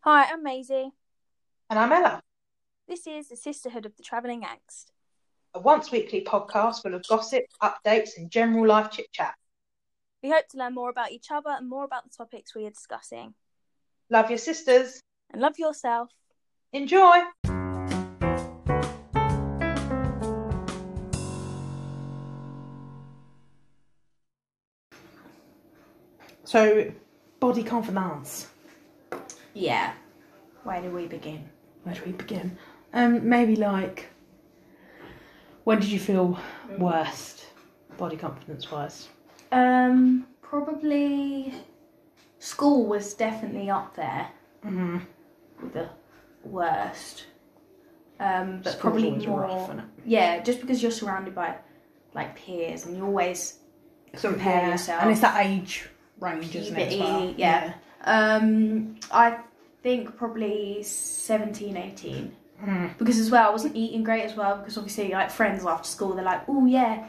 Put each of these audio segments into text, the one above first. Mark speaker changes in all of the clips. Speaker 1: Hi, I'm Maisie.
Speaker 2: And I'm Ella.
Speaker 1: This is the Sisterhood of the Travelling Angst.
Speaker 2: A once weekly podcast full of gossip, updates, and general life chit chat.
Speaker 1: We hope to learn more about each other and more about the topics we are discussing.
Speaker 2: Love your sisters.
Speaker 1: And love yourself.
Speaker 2: Enjoy. So, body confidence.
Speaker 1: Yeah. Where do we begin?
Speaker 2: Where do we begin? Um, maybe like, when did you feel worst, body confidence wise?
Speaker 1: Um, probably school was definitely up there
Speaker 2: Mm-hmm.
Speaker 1: with the worst. Um, but
Speaker 2: School's
Speaker 1: probably
Speaker 2: always
Speaker 1: more.
Speaker 2: rough, isn't
Speaker 1: yeah, just because you're surrounded by like peers and you always compare yourself.
Speaker 2: And it's that age range, isn't it? as
Speaker 1: Puberty,
Speaker 2: well?
Speaker 1: yeah. Um, I think probably 17, 18.
Speaker 2: Mm.
Speaker 1: Because as well, I wasn't eating great as well. Because obviously, like friends after school, they're like, "Oh yeah,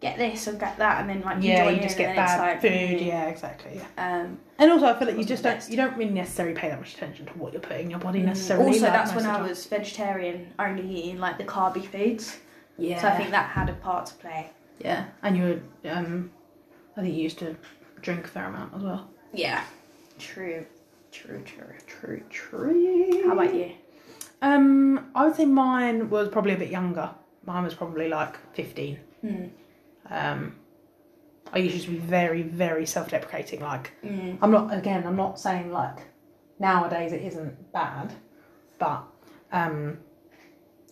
Speaker 1: get this and get that," and then like
Speaker 2: Yeah,
Speaker 1: join
Speaker 2: you
Speaker 1: in
Speaker 2: just
Speaker 1: and
Speaker 2: get
Speaker 1: then it's
Speaker 2: bad
Speaker 1: like, mm-hmm.
Speaker 2: food. Yeah, exactly. Yeah.
Speaker 1: Um,
Speaker 2: And also, I feel like you
Speaker 1: Wasn't
Speaker 2: just
Speaker 1: the
Speaker 2: don't
Speaker 1: best. Mm.
Speaker 2: you don't really necessarily pay that much attention to what you're putting in your body necessarily.
Speaker 1: also,
Speaker 2: like,
Speaker 1: that's
Speaker 2: most
Speaker 1: when
Speaker 2: of the
Speaker 1: I
Speaker 2: time.
Speaker 1: was vegetarian, only eating like the carby foods.
Speaker 2: Yeah.
Speaker 1: So I think that had a part to play.
Speaker 2: Yeah, and you were. Um, I think you used to drink a fair amount as well.
Speaker 1: Yeah. True. True. True.
Speaker 2: True, true.
Speaker 1: How about you?
Speaker 2: Um, I would say mine was probably a bit younger. Mine was probably like fifteen.
Speaker 1: Mm.
Speaker 2: Um, I used to be very, very self-deprecating. Like,
Speaker 1: Mm.
Speaker 2: I'm not. Again, I'm not saying like nowadays it isn't bad, but um,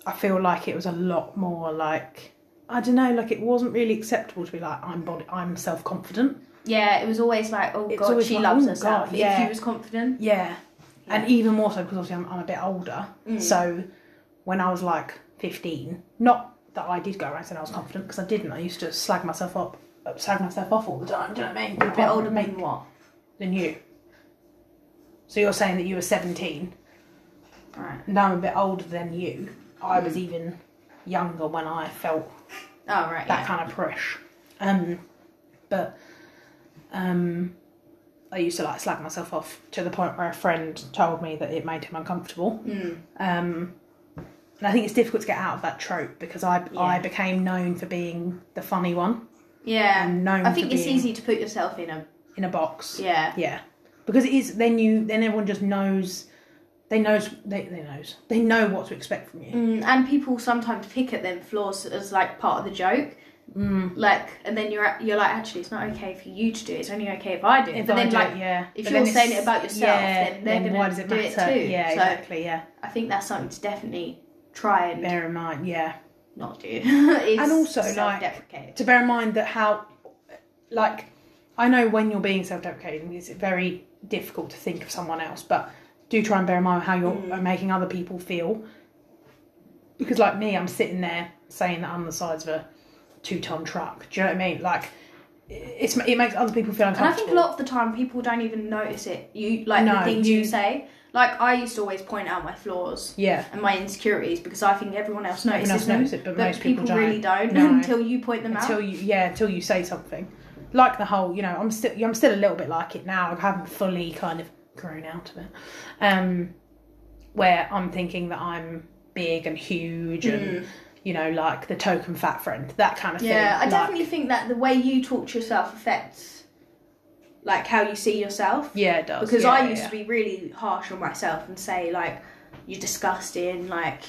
Speaker 2: I feel like it was a lot more like I don't know. Like, it wasn't really acceptable to be like I'm body. I'm self-confident.
Speaker 1: Yeah, it was always like, "Oh
Speaker 2: It's
Speaker 1: God,
Speaker 2: always
Speaker 1: she
Speaker 2: like,
Speaker 1: loves
Speaker 2: "Oh,
Speaker 1: herself."
Speaker 2: God, yeah.
Speaker 1: If she was confident.
Speaker 2: Yeah. And even more so because obviously I'm, I'm a bit older.
Speaker 1: Mm.
Speaker 2: So when I was like 15, not that I did go around saying I was confident because I didn't. I used to slag myself up, slag myself off all the time. Do you know what I mean?
Speaker 1: A bit older than what?
Speaker 2: than you. So you're saying that you were 17.
Speaker 1: Right.
Speaker 2: Now I'm a bit older than you. I
Speaker 1: Mm.
Speaker 2: was even younger when I felt
Speaker 1: Oh right.
Speaker 2: that
Speaker 1: Yeah.
Speaker 2: kind of push. Um, but um, I used to like slag myself off to the point where a friend told me that it made him uncomfortable.
Speaker 1: Mm.
Speaker 2: Um, and I think it's difficult to get out of that trope because I I
Speaker 1: Yeah.
Speaker 2: became known for being the funny one
Speaker 1: Yeah.
Speaker 2: and known
Speaker 1: I think
Speaker 2: for
Speaker 1: it's
Speaker 2: being
Speaker 1: easy to put yourself in a
Speaker 2: in a box.
Speaker 1: yeah.
Speaker 2: Yeah, because it is then you then everyone just knows they knows they, they knows they know what to expect from you.
Speaker 1: Mm, and people sometimes pick at them flaws as like part of the joke. Mm. Like, and then you're you're like, actually, it's not okay for you to do it. It's only okay if I do it.
Speaker 2: If
Speaker 1: but
Speaker 2: I
Speaker 1: then,
Speaker 2: do it,
Speaker 1: like,
Speaker 2: yeah.
Speaker 1: if
Speaker 2: But
Speaker 1: you're
Speaker 2: then
Speaker 1: saying
Speaker 2: it's-
Speaker 1: it about yourself,
Speaker 2: yeah,
Speaker 1: then they're
Speaker 2: why
Speaker 1: gonna
Speaker 2: does it
Speaker 1: do
Speaker 2: matter?
Speaker 1: it too.
Speaker 2: Yeah,
Speaker 1: So-
Speaker 2: exactly. Yeah,
Speaker 1: I think that's something to definitely try and
Speaker 2: bear in mind. Yeah,
Speaker 1: not do. is
Speaker 2: And also, like-
Speaker 1: self-deprecate.
Speaker 2: to bear in mind that how like I know when you're being self-deprecating it's very difficult to think of someone else but do try and bear in mind how you're
Speaker 1: Mm.
Speaker 2: making other people feel because like me I'm sitting there saying that I'm the size of a two-ton truck do you know what I mean like it's it makes other people feel
Speaker 1: And I
Speaker 2: uncomfortable
Speaker 1: think a lot of the time people don't even notice it. You like
Speaker 2: No,
Speaker 1: the things you,
Speaker 2: you-
Speaker 1: say. Like I used to always point out my flaws.
Speaker 2: yeah
Speaker 1: and my insecurities because I think everyone else
Speaker 2: Everyone
Speaker 1: notices
Speaker 2: else
Speaker 1: them,
Speaker 2: knows it, but most people
Speaker 1: really don't
Speaker 2: No.
Speaker 1: until you point them
Speaker 2: until
Speaker 1: out.
Speaker 2: you yeah until you say something like the whole you know i'm still i'm still a little bit like it now i haven't fully kind of grown out of it um where i'm thinking that i'm big and huge and you know like the token fat friend that kind of
Speaker 1: Mm. Yeah, I
Speaker 2: thing Like,
Speaker 1: definitely think that the way you talk to yourself affects like how you see yourself.
Speaker 2: yeah it does
Speaker 1: Because
Speaker 2: Oh, Yeah,
Speaker 1: I
Speaker 2: yeah,
Speaker 1: used
Speaker 2: yeah.
Speaker 1: to be really harsh on myself and say like you're disgusting, like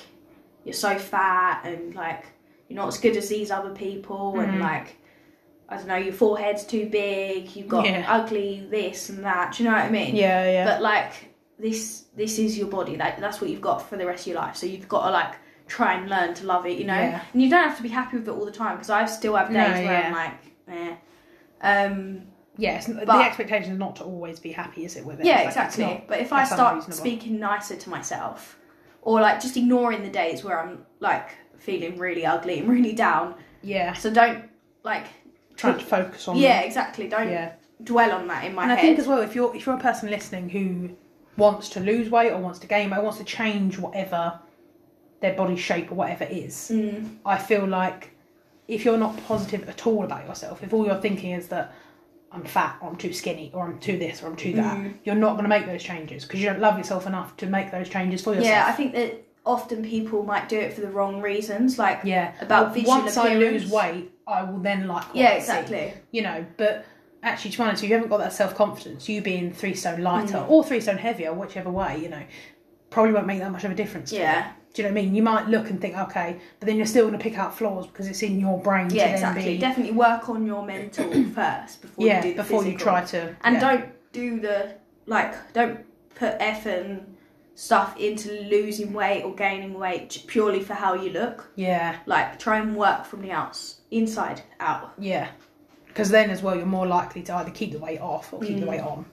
Speaker 1: you're so fat and like you're not as good as these other people
Speaker 2: Mm-hmm.
Speaker 1: and like I don't know, your forehead's too big, you've got
Speaker 2: Yeah.
Speaker 1: ugly this and that. Do you know what I mean?
Speaker 2: yeah yeah
Speaker 1: but like this this is your body like that's what you've got for the rest of your life so you've got to like try and learn to love it you know
Speaker 2: Yeah.
Speaker 1: and you don't have to be happy with it all the time because i still have days
Speaker 2: No,
Speaker 1: where i'm
Speaker 2: yeah.
Speaker 1: like eh. um
Speaker 2: yes the
Speaker 1: but-
Speaker 2: expectation is not to always be happy is it with it
Speaker 1: yeah
Speaker 2: Like, it's
Speaker 1: exactly
Speaker 2: not-
Speaker 1: but if i
Speaker 2: that's
Speaker 1: start
Speaker 2: unreasonable.
Speaker 1: speaking nicer to myself or like just ignoring the days where i'm like feeling really ugly and really down
Speaker 2: yeah
Speaker 1: so don't like
Speaker 2: trying to focus on
Speaker 1: yeah exactly don't
Speaker 2: yeah
Speaker 1: dwell on that in my
Speaker 2: And
Speaker 1: head
Speaker 2: I think as well, if you're if you're a person listening who wants to lose weight or wants to gain weight, or wants to change whatever their body shape or whatever is,
Speaker 1: Mm.
Speaker 2: I feel like if you're not positive at all about yourself, if all you're thinking is that I'm fat or I'm too skinny or I'm too this or I'm too that,
Speaker 1: Mm.
Speaker 2: you're not going to make those changes because you don't love yourself enough to make those changes for yourself.
Speaker 1: Yeah, I think that often people might do it for the wrong reasons, like
Speaker 2: yeah.
Speaker 1: about
Speaker 2: Well,
Speaker 1: visual
Speaker 2: once I
Speaker 1: appearance.
Speaker 2: lose weight, I will then like what
Speaker 1: yeah,
Speaker 2: I see.
Speaker 1: exactly.
Speaker 2: you know, but actually, to be honest, if you haven't got that self confidence, you being three stone lighter
Speaker 1: Mm.
Speaker 2: or three stone heavier, whichever way, you know, probably won't make that much of a difference. to you.
Speaker 1: Yeah.
Speaker 2: Do you know what I mean? You might look and think, okay, but then you're still going to pick out flaws because it's in your brain. to
Speaker 1: Yeah,
Speaker 2: then
Speaker 1: exactly.
Speaker 2: Be,
Speaker 1: Definitely work on your mental first before
Speaker 2: yeah,
Speaker 1: you do the
Speaker 2: before you
Speaker 1: physical.
Speaker 2: try to.
Speaker 1: And
Speaker 2: yeah.
Speaker 1: don't do the like don't put effort and stuff into losing weight or gaining weight j- purely for how you look.
Speaker 2: Yeah,
Speaker 1: Like try and work from the outs inside out.
Speaker 2: yeah. Because then as well, you're more likely to either keep the weight off or keep the
Speaker 1: Mm.
Speaker 2: weight on.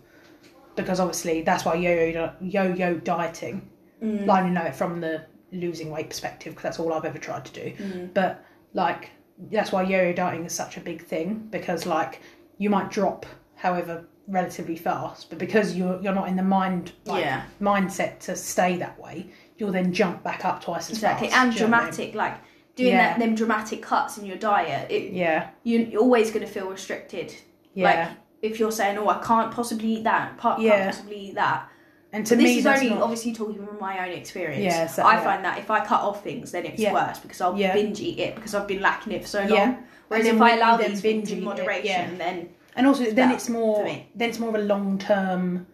Speaker 2: Because obviously, that's why yo yo yo dieting.
Speaker 1: Mm.
Speaker 2: I only know it from the losing weight perspective because that's all I've ever tried to do.
Speaker 1: Mm.
Speaker 2: But like that's why yo-yo dieting is such a big thing because like you might drop, however, relatively fast, but because you're you're not in the mind like,
Speaker 1: Yeah.
Speaker 2: mindset to stay that way, you'll then jump back up twice as
Speaker 1: Exactly.
Speaker 2: fast.
Speaker 1: and
Speaker 2: do you know what I mean?
Speaker 1: dramatic like doing
Speaker 2: Yeah.
Speaker 1: that them dramatic cuts in your diet. It,
Speaker 2: Yeah,
Speaker 1: you, you're always going to feel restricted.
Speaker 2: yeah.
Speaker 1: Like if you're saying, "Oh, I can't possibly eat that. Can't,
Speaker 2: Yeah.
Speaker 1: can't possibly eat that."
Speaker 2: and to
Speaker 1: But this
Speaker 2: me,
Speaker 1: is
Speaker 2: that's
Speaker 1: only
Speaker 2: not-
Speaker 1: obviously talking from my own experience.
Speaker 2: Yeah, so-
Speaker 1: I
Speaker 2: yeah.
Speaker 1: find that if I cut off things, then it's
Speaker 2: Yeah.
Speaker 1: worse because I'll
Speaker 2: Yeah.
Speaker 1: binge eat it because I've been lacking it for so long.
Speaker 2: Yeah.
Speaker 1: Whereas
Speaker 2: And
Speaker 1: if
Speaker 2: then
Speaker 1: I
Speaker 2: when
Speaker 1: allow
Speaker 2: you then
Speaker 1: these
Speaker 2: binge
Speaker 1: things
Speaker 2: eat
Speaker 1: in
Speaker 2: it,
Speaker 1: moderation,
Speaker 2: yeah.
Speaker 1: then
Speaker 2: and also then
Speaker 1: that
Speaker 2: it's more
Speaker 1: for me.
Speaker 2: then it's more of a long term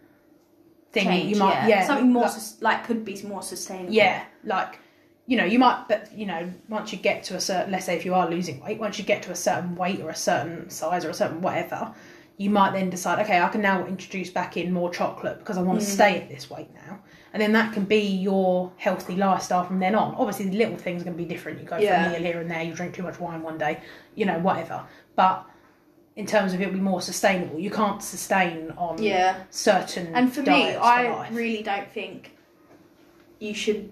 Speaker 2: thing.
Speaker 1: change.
Speaker 2: you might
Speaker 1: yeah.
Speaker 2: yeah
Speaker 1: something more
Speaker 2: like-
Speaker 1: sus- like could be more sustainable.
Speaker 2: Yeah, like you know, you might, but you know, once you get to a certain, let's say if you are losing weight, once you get to a certain weight or a certain size or a certain whatever, you might then decide, okay, I can now introduce back in more chocolate because I want
Speaker 1: Mm.
Speaker 2: to stay at this weight now, and then that can be your healthy lifestyle from then on. Obviously, the little things are going to be different. You go
Speaker 1: Yeah.
Speaker 2: for a meal here and there, you drink too much wine one day, you know, whatever. But in terms of it will be more sustainable, you can't sustain on
Speaker 1: Yeah.
Speaker 2: certain
Speaker 1: And for me,
Speaker 2: diets
Speaker 1: I
Speaker 2: life.
Speaker 1: really don't think you should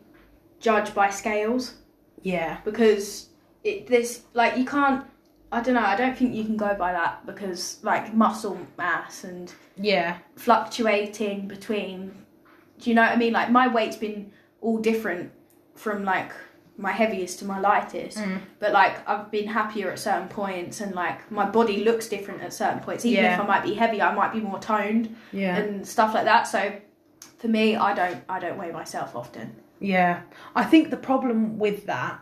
Speaker 1: judge by scales.
Speaker 2: yeah
Speaker 1: because it this like you can't I don't know I don't think you can go by that because like muscle mass and
Speaker 2: yeah
Speaker 1: fluctuating between do you know what I mean like my weight's been all different from like my heaviest to my lightest
Speaker 2: Mm.
Speaker 1: but like I've been happier at certain points and like my body looks different at certain points even
Speaker 2: Yeah.
Speaker 1: if I might be heavier I might be more toned
Speaker 2: yeah.
Speaker 1: and stuff like that so for me I don't I don't weigh myself often
Speaker 2: Yeah, I think the problem with that,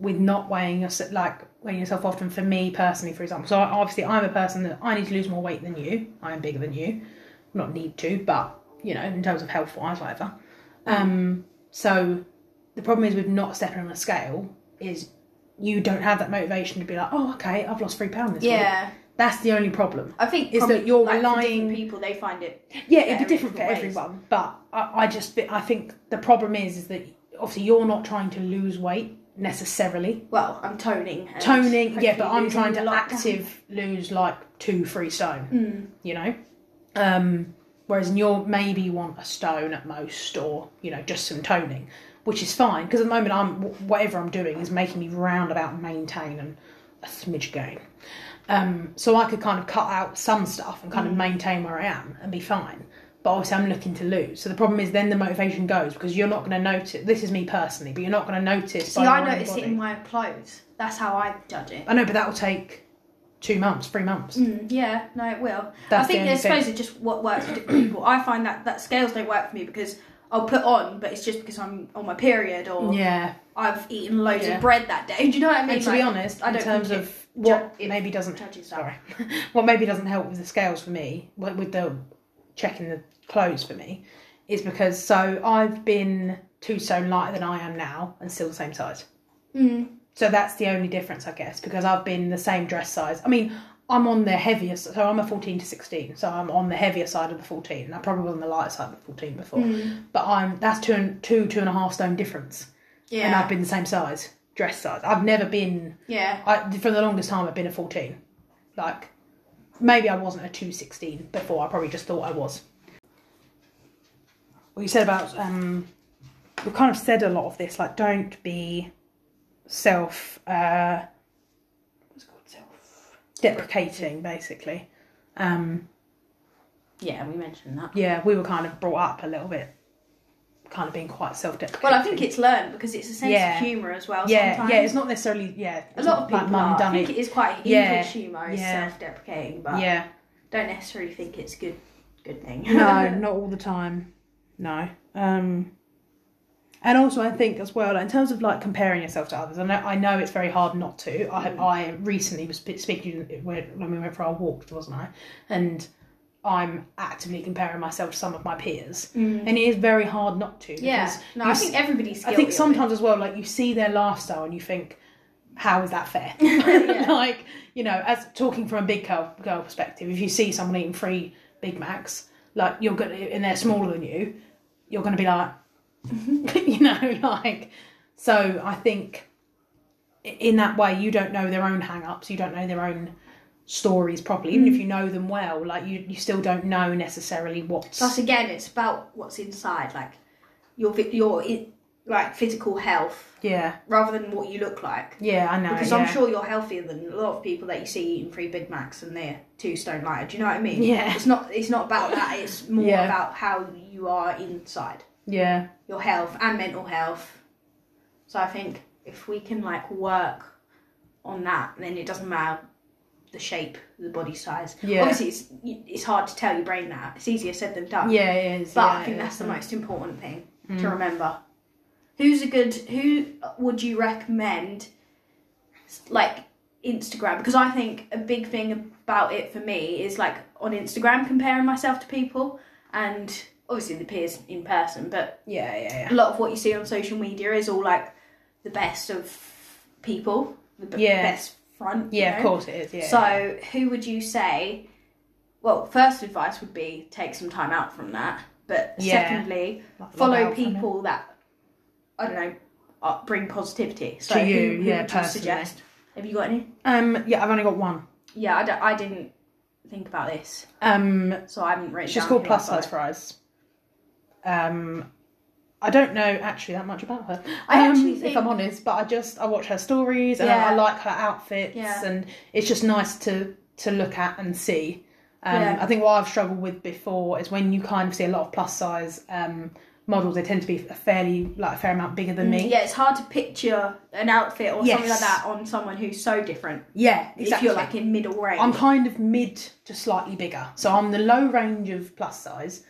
Speaker 2: with not weighing yourself, like weighing yourself often, for me personally, for example, so I- obviously I'm a person that I need to lose more weight than you. I am bigger than you, not need to, but you know, in terms of health wise, whatever. Um, so the problem is with not stepping on a scale is you don't have that motivation to be like, oh, okay, I've lost three pounds this week.
Speaker 1: yeah
Speaker 2: That's the only problem.
Speaker 1: I think
Speaker 2: Is
Speaker 1: probably,
Speaker 2: that you're
Speaker 1: like, for different
Speaker 2: relying-
Speaker 1: people they find it
Speaker 2: yeah,
Speaker 1: for
Speaker 2: it'd be
Speaker 1: every
Speaker 2: different for
Speaker 1: different ways.
Speaker 2: everyone. But I, I just thi- I think the problem is is that obviously you're not trying to lose weight necessarily.
Speaker 1: Well, I'm toning. and
Speaker 2: Toning, yeah, but
Speaker 1: hopefully
Speaker 2: I'm
Speaker 1: losing
Speaker 2: trying to
Speaker 1: a lot.
Speaker 2: active lose like two, three stone.
Speaker 1: Mm.
Speaker 2: You know, um, whereas in your maybe you want a stone at most, or you know just some toning, which is fine because at the moment I'm wh- whatever I'm doing is making me roundabout maintain and a smidge gain. Um, so I could kind of cut out some stuff and kind
Speaker 1: Mm.
Speaker 2: of maintain where I am and be fine. But obviously, I'm looking to lose. So the problem is, then the motivation goes because you're not going to notice. This is me personally, but you're not going to notice.
Speaker 1: See,
Speaker 2: by
Speaker 1: I
Speaker 2: your own
Speaker 1: notice it
Speaker 2: body.
Speaker 1: in my clothes. That's how I judge it.
Speaker 2: I know, but that will take two months, three months.
Speaker 1: Mm, yeah, no, it will.
Speaker 2: That's
Speaker 1: I think
Speaker 2: the
Speaker 1: there's
Speaker 2: only thing.
Speaker 1: supposed to just what works for different people. I find that that scales don't work for me because I'll put on, but it's just because I'm on my period or
Speaker 2: Yeah,
Speaker 1: I've eaten loads
Speaker 2: Yeah.
Speaker 1: of bread that day. Do you know what I mean?
Speaker 2: and to be
Speaker 1: Like,
Speaker 2: honest,
Speaker 1: I
Speaker 2: in
Speaker 1: don't
Speaker 2: terms
Speaker 1: think
Speaker 2: of
Speaker 1: it ju-
Speaker 2: what
Speaker 1: it
Speaker 2: maybe doesn't
Speaker 1: judges that.
Speaker 2: sorry, what maybe doesn't help with the scales for me, with with the checking the clothes for me, is because so I've been two stone lighter than I am now and still the same size.
Speaker 1: Mm,
Speaker 2: So that's the only difference, I guess, because I've been the same dress size. I mean, I'm on the heavier, so I'm a 14 to 16, so I'm on the heavier side of the 14, and I probably was on the lighter side of the 14 before. But I'm that's two and two two and a half stone difference, and
Speaker 1: yeah,
Speaker 2: I've been the same size dress size. I've never been
Speaker 1: yeah,
Speaker 2: I, for the longest time, I've been a 14. Like, maybe I wasn't a 216 before, I probably just thought I was. Well, you said about, um, we've kind of said a lot of this, like, don't be self, uh, what's it called? Self deprecating, basically. Um,
Speaker 1: yeah. We mentioned that.
Speaker 2: yeah, we were kind of brought up a little bit, kind of being quite self deprecating.
Speaker 1: Well, I think it's learned because it's a sense
Speaker 2: Yeah.
Speaker 1: of humour as well.
Speaker 2: yeah,
Speaker 1: sometimes.
Speaker 2: yeah, it's not necessarily, yeah,
Speaker 1: a lot of people.
Speaker 2: like mum
Speaker 1: are.
Speaker 2: done
Speaker 1: I think
Speaker 2: it.
Speaker 1: it is quite English
Speaker 2: Yeah,
Speaker 1: humour. is
Speaker 2: yeah.
Speaker 1: self-deprecating, but
Speaker 2: Yeah,
Speaker 1: don't necessarily think it's a good good thing.
Speaker 2: no, not all the time. No. Um, and also, I think as well, like, in terms of like comparing yourself to others, I know I know it's very hard not to. I I recently was sp- speaking when when we went for our walk, wasn't I? And I'm actively comparing myself to some of my peers, and it is very hard not to.
Speaker 1: Mm. yeah.
Speaker 2: because
Speaker 1: No,
Speaker 2: you
Speaker 1: I
Speaker 2: s-
Speaker 1: think everybody's.
Speaker 2: I
Speaker 1: guilty of
Speaker 2: think
Speaker 1: it.
Speaker 2: sometimes as well, like you see their lifestyle and you think, how is that fair? like you know, as talking from a big girl, girl perspective, if you see someone eating three Big Macs, like you're gonna, and they're smaller than you, you're gonna be like, you know, like. So I think i- in that way, you don't know their own hang-ups, you don't know their own stories properly.
Speaker 1: Mm.
Speaker 2: Even if you know them well, like you, you still don't know necessarily what's
Speaker 1: Plus, again, it's about what's inside, like your vi- your i- like physical health,
Speaker 2: yeah,
Speaker 1: rather than what you look like.
Speaker 2: yeah, I know,
Speaker 1: Because
Speaker 2: yeah.
Speaker 1: I'm sure you're healthier than a lot of people that you see eating three Big Macs and they're two stone lighter. Do you know what I mean?
Speaker 2: Yeah.
Speaker 1: It's not it's not about that. It's more
Speaker 2: Yeah.
Speaker 1: about how you are inside,
Speaker 2: yeah,
Speaker 1: your health and mental health. So I think if we can like work on that, then it doesn't matter the shape, the body size.
Speaker 2: Yeah.
Speaker 1: Obviously, it's it's hard to tell your brain that. It's easier said than done.
Speaker 2: yeah, it is.
Speaker 1: But
Speaker 2: yeah, Mm.
Speaker 1: I think
Speaker 2: it
Speaker 1: that's
Speaker 2: is.
Speaker 1: the most important thing to remember. Who's a good? Who would you recommend? Like Instagram, because I think a big thing about it for me is like on Instagram comparing myself to people, and obviously the peers in person. But
Speaker 2: Yeah, yeah, yeah.
Speaker 1: a lot of what you see on social media is all like the best of people, the b-
Speaker 2: Yeah.
Speaker 1: best front. you
Speaker 2: Yeah, of
Speaker 1: know?
Speaker 2: course it is. Yeah.
Speaker 1: So, who would you say? Well, first advice would be take some time out from that. But
Speaker 2: Yeah.
Speaker 1: secondly,
Speaker 2: Like, log
Speaker 1: follow
Speaker 2: out from it.
Speaker 1: people that I don't know uh, bring positivity. So
Speaker 2: To you,
Speaker 1: who, who
Speaker 2: yeah,
Speaker 1: would you
Speaker 2: personally.
Speaker 1: suggest? Have you got any?
Speaker 2: Um. Yeah, I've only got one.
Speaker 1: Yeah, I, don't- I didn't think about this,
Speaker 2: Um.
Speaker 1: so I haven't written.
Speaker 2: She's
Speaker 1: down
Speaker 2: called
Speaker 1: who I
Speaker 2: Plus Size
Speaker 1: follow.
Speaker 2: Fries. Um. I don't know actually that much about her.
Speaker 1: I
Speaker 2: um,
Speaker 1: actually
Speaker 2: if
Speaker 1: think-
Speaker 2: I'm honest, but I just I watch her stories and I, I
Speaker 1: Yeah.
Speaker 2: like her outfits
Speaker 1: Yeah.
Speaker 2: and it's just nice to to look at and see. Um,
Speaker 1: Yeah.
Speaker 2: I think what I've struggled with before is when you kind of see a lot of plus size um, models, they tend to be a fairly like a fair amount bigger than me.
Speaker 1: Mm, Yeah, it's hard to picture an outfit or something
Speaker 2: Yes.
Speaker 1: like that on someone who's so different.
Speaker 2: yeah
Speaker 1: If you're like in middle range,
Speaker 2: I'm kind of mid to slightly bigger. So I'm the low range of plus size,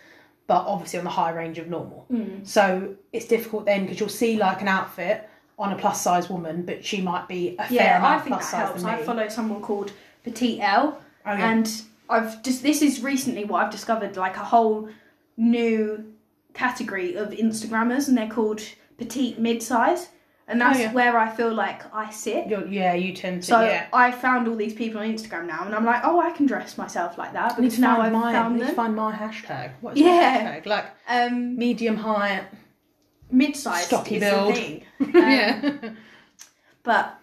Speaker 2: but obviously on the high range of normal.
Speaker 1: Hmm.
Speaker 2: So it's difficult then because you'll see like an outfit on a plus size woman, but she might be a fair
Speaker 1: yeah, I
Speaker 2: amount
Speaker 1: think that
Speaker 2: plus size
Speaker 1: helps.
Speaker 2: than
Speaker 1: I
Speaker 2: me.
Speaker 1: follow someone called Petite L,
Speaker 2: Oh, yeah.
Speaker 1: and I've just this is recently what I've discovered like a whole new category of Instagrammers, and they're called Petite Midsize, and that's
Speaker 2: Oh, yeah.
Speaker 1: where I feel like I sit.
Speaker 2: You're, yeah, you tend to.
Speaker 1: So
Speaker 2: yeah.
Speaker 1: I found all these people on Instagram now, and I'm like, oh, I can dress myself like that
Speaker 2: I need
Speaker 1: because
Speaker 2: to
Speaker 1: now
Speaker 2: find
Speaker 1: I've
Speaker 2: my, I
Speaker 1: found
Speaker 2: need to
Speaker 1: them.
Speaker 2: find my hashtag. What is
Speaker 1: Yeah.
Speaker 2: my hashtag? Like
Speaker 1: Um,
Speaker 2: medium height.
Speaker 1: midsize
Speaker 2: Stocky
Speaker 1: is
Speaker 2: build.
Speaker 1: the thing.
Speaker 2: yeah.
Speaker 1: but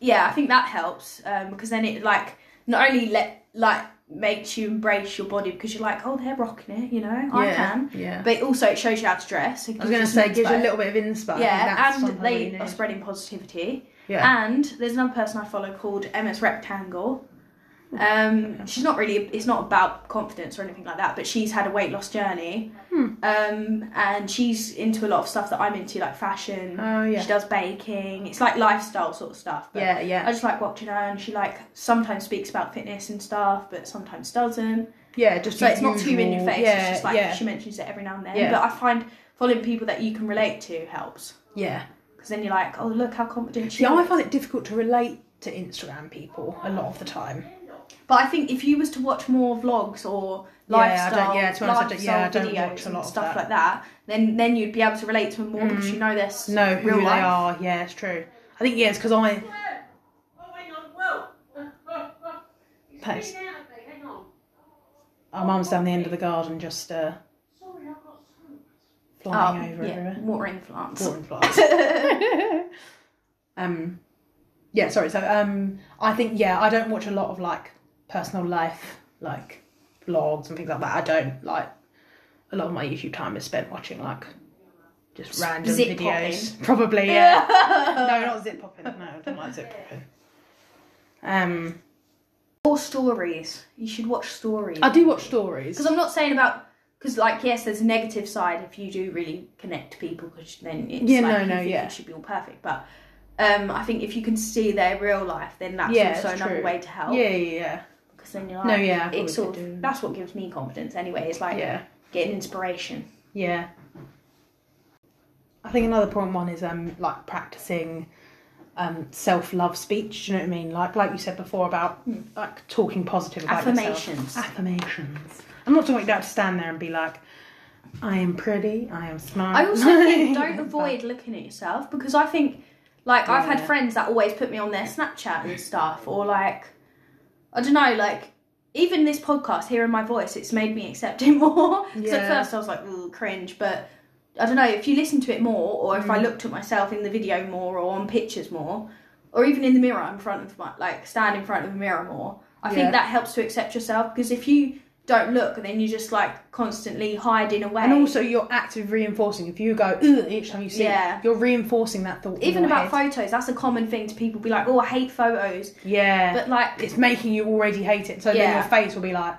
Speaker 1: yeah i think that helps um because then it like not only let like makes you embrace your body because you're like oh they're rocking it you know i
Speaker 2: Yeah,
Speaker 1: can
Speaker 2: yeah.
Speaker 1: but it also it shows you how to dress
Speaker 2: I was going to say, gives you a little bit of inspo.
Speaker 1: yeah
Speaker 2: That's
Speaker 1: and
Speaker 2: something we
Speaker 1: they
Speaker 2: need.
Speaker 1: are spreading positivity
Speaker 2: Yeah.
Speaker 1: and there's another person i follow called ms rectangle um she's not really it's not about confidence or anything like that but she's had a weight loss journey
Speaker 2: Hmm.
Speaker 1: um and she's into a lot of stuff that i'm into like fashion
Speaker 2: Oh, yeah.
Speaker 1: she does baking it's like lifestyle sort of stuff but
Speaker 2: yeah, yeah.
Speaker 1: I just like watching her, and she like sometimes speaks about fitness and stuff, but sometimes doesn't.
Speaker 2: Yeah, just
Speaker 1: So
Speaker 2: your
Speaker 1: it's not too in your
Speaker 2: usual-
Speaker 1: face.
Speaker 2: Yeah,
Speaker 1: it's just like
Speaker 2: yeah,
Speaker 1: she mentions it every now and then.
Speaker 2: Yeah.
Speaker 1: But I find following people that you can relate to helps
Speaker 2: yeah.
Speaker 1: because then you're like, oh look how confident she
Speaker 2: Yeah, I
Speaker 1: is.
Speaker 2: find it difficult to relate to Instagram people a lot of the time.
Speaker 1: But I think if you was to watch more vlogs or
Speaker 2: Yeah, I don't-
Speaker 1: lifestyle,
Speaker 2: yeah, to be honest, I don't- yeah, I
Speaker 1: lifestyle
Speaker 2: don't
Speaker 1: videos
Speaker 2: watch a
Speaker 1: and
Speaker 2: lot of
Speaker 1: stuff
Speaker 2: that. Mm.
Speaker 1: like that, then then you'd be able to relate to them more because you know their s-
Speaker 2: Know who
Speaker 1: real
Speaker 2: they
Speaker 1: life.
Speaker 2: are. Yeah, it's true. I think yeah, it's because I
Speaker 3: Oh, hang on, whoa. It's
Speaker 2: Thanks.
Speaker 3: been out there, hang on.
Speaker 2: our mum's down the end of the garden just uh,
Speaker 3: Sorry, I've got some.
Speaker 2: flying
Speaker 1: Oh,
Speaker 2: over
Speaker 1: yeah,
Speaker 2: everywhere.
Speaker 1: watering plants.
Speaker 2: Boring flowers. um, yeah, sorry. So um, I think yeah, I don't watch a lot of like personal life like vlogs and things like that. I don't like a lot of my YouTube time is spent watching like just random
Speaker 1: zip
Speaker 2: videos. Probably yeah. no, not zip popping. No, I don't like zip popping. Um,
Speaker 1: Or stories. You should watch stories.
Speaker 2: I do watch stories.
Speaker 1: because I'm not saying about because like yes, there's a negative side if you do really connect to people because then it's
Speaker 2: Yeah,
Speaker 1: like,
Speaker 2: no,
Speaker 1: you
Speaker 2: no,
Speaker 1: think
Speaker 2: yeah.
Speaker 1: it should be all perfect. But um, I think if you can see their real life, then that's
Speaker 2: Yeah,
Speaker 1: also
Speaker 2: it's
Speaker 1: another
Speaker 2: true.
Speaker 1: way to help.
Speaker 2: Yeah, yeah, yeah.
Speaker 1: because because then you're like,
Speaker 2: No, yeah, I probably
Speaker 1: it's sort
Speaker 2: could do.
Speaker 1: of, that's what gives me confidence anyway. It's like
Speaker 2: yeah,
Speaker 1: getting inspiration.
Speaker 2: yeah. I think another important one is um like practicing um self love speech. Do you know what I mean? Like like you said before about like talking positive about yourself.
Speaker 1: Affirmations.
Speaker 2: Affirmations. I'm not talking about to stand there and be like, I am pretty, I am smart.
Speaker 1: I also think
Speaker 2: Like,
Speaker 1: don't avoid looking at yourself because I think, like, I've had
Speaker 2: Yeah.
Speaker 1: friends that always put me on their Snapchat and stuff, or like, I don't know, like, even this podcast, hearing my voice, it's made me accept it more. Because at
Speaker 2: Yeah.
Speaker 1: first I was like, ooh, cringe, but I don't know, if you listen to it more, or if
Speaker 2: Mm.
Speaker 1: I looked at myself in the video more, or on pictures more, or even in the mirror in front of my, like, stand in front of a mirror more, I
Speaker 2: Yeah.
Speaker 1: think that helps to accept yourself because if you don't look, then you just like constantly hiding away.
Speaker 2: And also, you're actively reinforcing. If you go Ugh, each time you see,
Speaker 1: Yeah.
Speaker 2: it, you're reinforcing that thought. in
Speaker 1: even
Speaker 2: your
Speaker 1: about
Speaker 2: head.
Speaker 1: photos that's a common thing to people be like oh i hate photos
Speaker 2: yeah,
Speaker 1: but like
Speaker 2: it's making you already hate it. So then
Speaker 1: Yeah.
Speaker 2: your face will be like,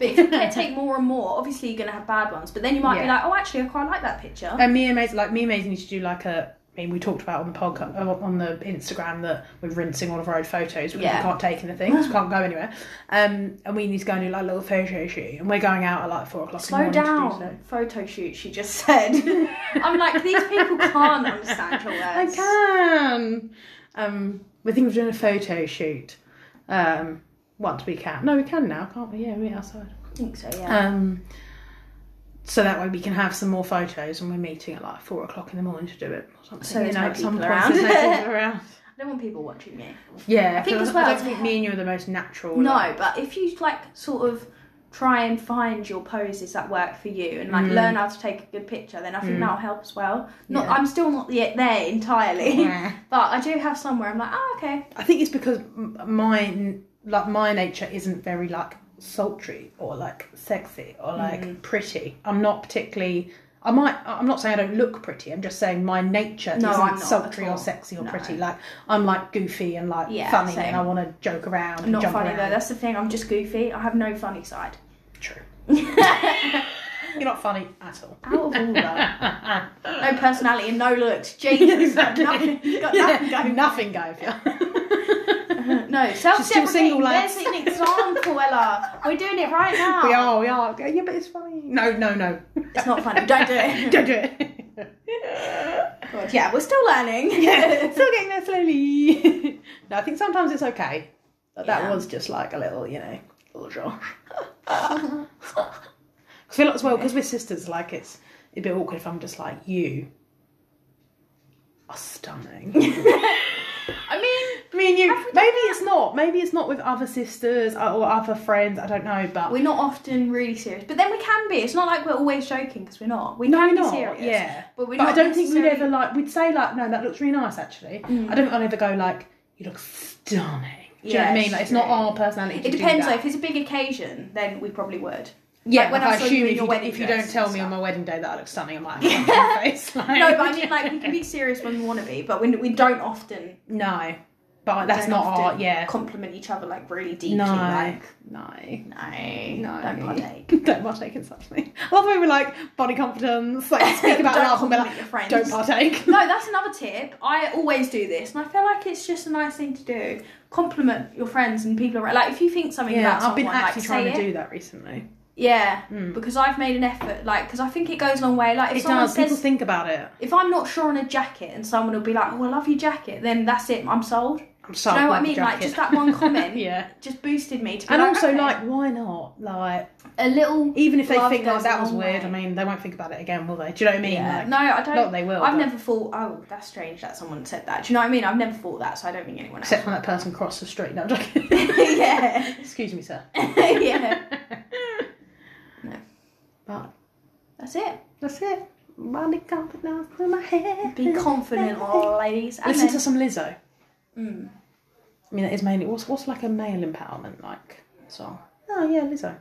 Speaker 1: but if you take more and more obviously you're going to have bad ones but then you might be
Speaker 2: Yeah.
Speaker 1: like oh actually i quite like that picture
Speaker 2: and Uh, me and Maisie, like me and Maisie need to do like a. I mean, we talked about on the podcast on the Instagram that we're rinsing all of our old photos because
Speaker 1: Yeah.
Speaker 2: we can't take anything, 'cause we can't go anywhere. Um, and we need to go and do like a little photo shoot, and we're going out at like four o'clock.
Speaker 1: slow
Speaker 2: in the morning
Speaker 1: down
Speaker 2: To do so.
Speaker 1: photo shoot she just said i'm like these people can't understand your
Speaker 2: I
Speaker 1: words
Speaker 2: can. Um, we're thinking of doing a photo shoot. Um, once we can. No, we can now, can't we? Yeah, we're outside.
Speaker 1: i think so yeah
Speaker 2: Um, so that way we can have some more photos, and we're meeting at like four o'clock in the morning to do it. Or something.
Speaker 1: So there's no
Speaker 2: at some
Speaker 1: people
Speaker 2: point there's
Speaker 1: around.
Speaker 2: no people around.
Speaker 1: i don't want people watching me
Speaker 2: Yeah,
Speaker 1: I think
Speaker 2: feel-
Speaker 1: as well-
Speaker 2: I don't think me and you are the most natural.
Speaker 1: no
Speaker 2: like-
Speaker 1: but if you like sort of try and find your poses that work for you and like
Speaker 2: Mm.
Speaker 1: learn how to take a good picture then i think that'll help as well not
Speaker 2: Yeah.
Speaker 1: i'm still not yet there entirely But I do have somewhere I'm like, oh, okay.
Speaker 2: I think it's because m- mine, like my nature, isn't very like sultry or like sexy or like
Speaker 1: Mm.
Speaker 2: pretty. I'm not particularly. I might. I'm not saying I don't look pretty. I'm just saying my nature
Speaker 1: No, I'm
Speaker 2: isn't
Speaker 1: not
Speaker 2: sultry
Speaker 1: at all.
Speaker 2: or sexy or
Speaker 1: No.
Speaker 2: pretty. Like I'm like goofy and like
Speaker 1: Yeah,
Speaker 2: funny,
Speaker 1: same.
Speaker 2: and I want to joke around
Speaker 1: I'm
Speaker 2: and
Speaker 1: not
Speaker 2: jump
Speaker 1: funny
Speaker 2: around.
Speaker 1: though. That's the thing. I'm just goofy. I have no funny side.
Speaker 2: True.
Speaker 1: Out
Speaker 2: You're not funny at all.
Speaker 1: of all that, no personality and no looks. Jesus,
Speaker 2: Exactly.
Speaker 1: nothing. You've got nothing
Speaker 2: yeah, nothing going for you.
Speaker 1: going. No, self
Speaker 2: still single,
Speaker 1: deprecating.
Speaker 2: lads.
Speaker 1: There's an example, Ella. We're doing it right now.
Speaker 2: we are, we are. Yeah, but it's funny. No, no, no.
Speaker 1: It's not funny. Don't do it.
Speaker 2: Don't do it.
Speaker 1: God, yeah, we're still learning.
Speaker 2: yeah, still getting there slowly. no, I think sometimes it's okay. But that
Speaker 1: Yeah.
Speaker 2: was just like a little, you know, little Josh. I feel like as well because we're sisters. Like it's it'd be awkward if I'm just like you are stunning.
Speaker 1: I mean,
Speaker 2: I mean, you.
Speaker 1: Have we done
Speaker 2: Maybe it's not. Maybe it's not with other sisters uh, or other friends. I don't know, but
Speaker 1: we're not often really serious, but then we can be. It's not like we're always joking because we're not. We
Speaker 2: no,
Speaker 1: can
Speaker 2: we're
Speaker 1: be
Speaker 2: not.
Speaker 1: serious.
Speaker 2: Yeah,
Speaker 1: but we're
Speaker 2: but
Speaker 1: not
Speaker 2: I don't think we'd
Speaker 1: necessarily- Mm.
Speaker 2: ever like. We'd say like, no, that looks really nice. Actually, I don't. think I'd ever go like, you look stunning. Do you know what I
Speaker 1: Yeah,
Speaker 2: mean? Like, it's not
Speaker 1: true.
Speaker 2: our personality. to
Speaker 1: It
Speaker 2: do
Speaker 1: depends. Though,
Speaker 2: that.
Speaker 1: if it's a big occasion, then we probably would.
Speaker 2: Yeah,
Speaker 1: Like, when
Speaker 2: like,
Speaker 1: I
Speaker 2: I
Speaker 1: saw
Speaker 2: assume
Speaker 1: you in
Speaker 2: if
Speaker 1: your
Speaker 2: you,
Speaker 1: wedding
Speaker 2: if you
Speaker 1: dress
Speaker 2: don't tell
Speaker 1: and
Speaker 2: me on
Speaker 1: stuff.
Speaker 2: my wedding day that I look stunning, I'm like, I'm your face. Like,
Speaker 1: No, but I mean, like, we can be serious when we want to be, but we, we don't often.
Speaker 2: no, but that's
Speaker 1: don't
Speaker 2: not
Speaker 1: often
Speaker 2: our yeah.
Speaker 1: Compliment each other like really deeply.
Speaker 2: No,
Speaker 1: Like,
Speaker 2: no,
Speaker 1: no,
Speaker 2: no.
Speaker 1: don't partake.
Speaker 2: don't partake in such things. I love when we're like body confidence, like speak about
Speaker 1: Don't
Speaker 2: love, and we're
Speaker 1: compliment your
Speaker 2: like,
Speaker 1: friends.
Speaker 2: don't partake.
Speaker 1: No, that's another tip. I always do this, and I feel like it's just a nice thing to do. Compliment your friends and people around. Like, if you think something
Speaker 2: Yeah,
Speaker 1: about
Speaker 2: I've
Speaker 1: someone,
Speaker 2: been actually
Speaker 1: like,
Speaker 2: trying
Speaker 1: say
Speaker 2: to
Speaker 1: it.
Speaker 2: do that recently.
Speaker 1: Yeah, because I've made an effort. Like, because I think it goes a long way. Like, if
Speaker 2: It
Speaker 1: someone
Speaker 2: does. People
Speaker 1: says,
Speaker 2: think about it.
Speaker 1: if I'm not sure on a jacket, and someone will be like, "Oh, I love your jacket," then that's it. I'm sold.
Speaker 2: I'm
Speaker 1: Do
Speaker 2: sorry.
Speaker 1: you know what I mean? Like, just that one comment
Speaker 2: yeah.
Speaker 1: just boosted me to. Be
Speaker 2: And
Speaker 1: like,
Speaker 2: also,
Speaker 1: okay,
Speaker 2: like, why not? Like,
Speaker 1: a little.
Speaker 2: even if they
Speaker 1: Love
Speaker 2: think like
Speaker 1: goes
Speaker 2: that
Speaker 1: a
Speaker 2: was
Speaker 1: long
Speaker 2: weird,
Speaker 1: way.
Speaker 2: I mean, they won't think about it again, will they? Do you know what I mean?
Speaker 1: Yeah.
Speaker 2: Like,
Speaker 1: no, I don't.
Speaker 2: not they will,
Speaker 1: I've
Speaker 2: but-
Speaker 1: never thought. Oh, that's strange that someone said that. Do you know what I mean? I've never thought that, so I don't think anyone else.
Speaker 2: Except when that person crossed the street. No, I'm joking.
Speaker 1: yeah,
Speaker 2: Excuse me, sir.
Speaker 1: yeah.
Speaker 2: But
Speaker 1: That's it.
Speaker 2: that's it. Body confidence in my head.
Speaker 1: Be confident, ladies. And
Speaker 2: Listen
Speaker 1: then,
Speaker 2: to some Lizzo.
Speaker 1: Mm.
Speaker 2: I mean, that is mainly what's what's like a male empowerment like song. Oh yeah, Lizzo.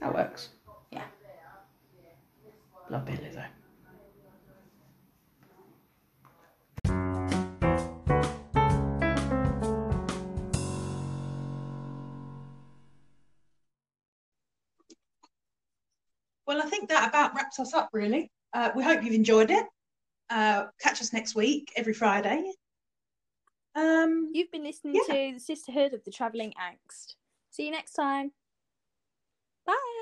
Speaker 2: That works.
Speaker 1: Yeah.
Speaker 2: Love being Lizzo.
Speaker 4: Well, I think that about wraps us up, really. Uh, we hope you've enjoyed it. Uh, catch us next week, every Friday. Um,
Speaker 5: You've been listening to The Sisterhood of the Travelling Angst. See you next time. Bye.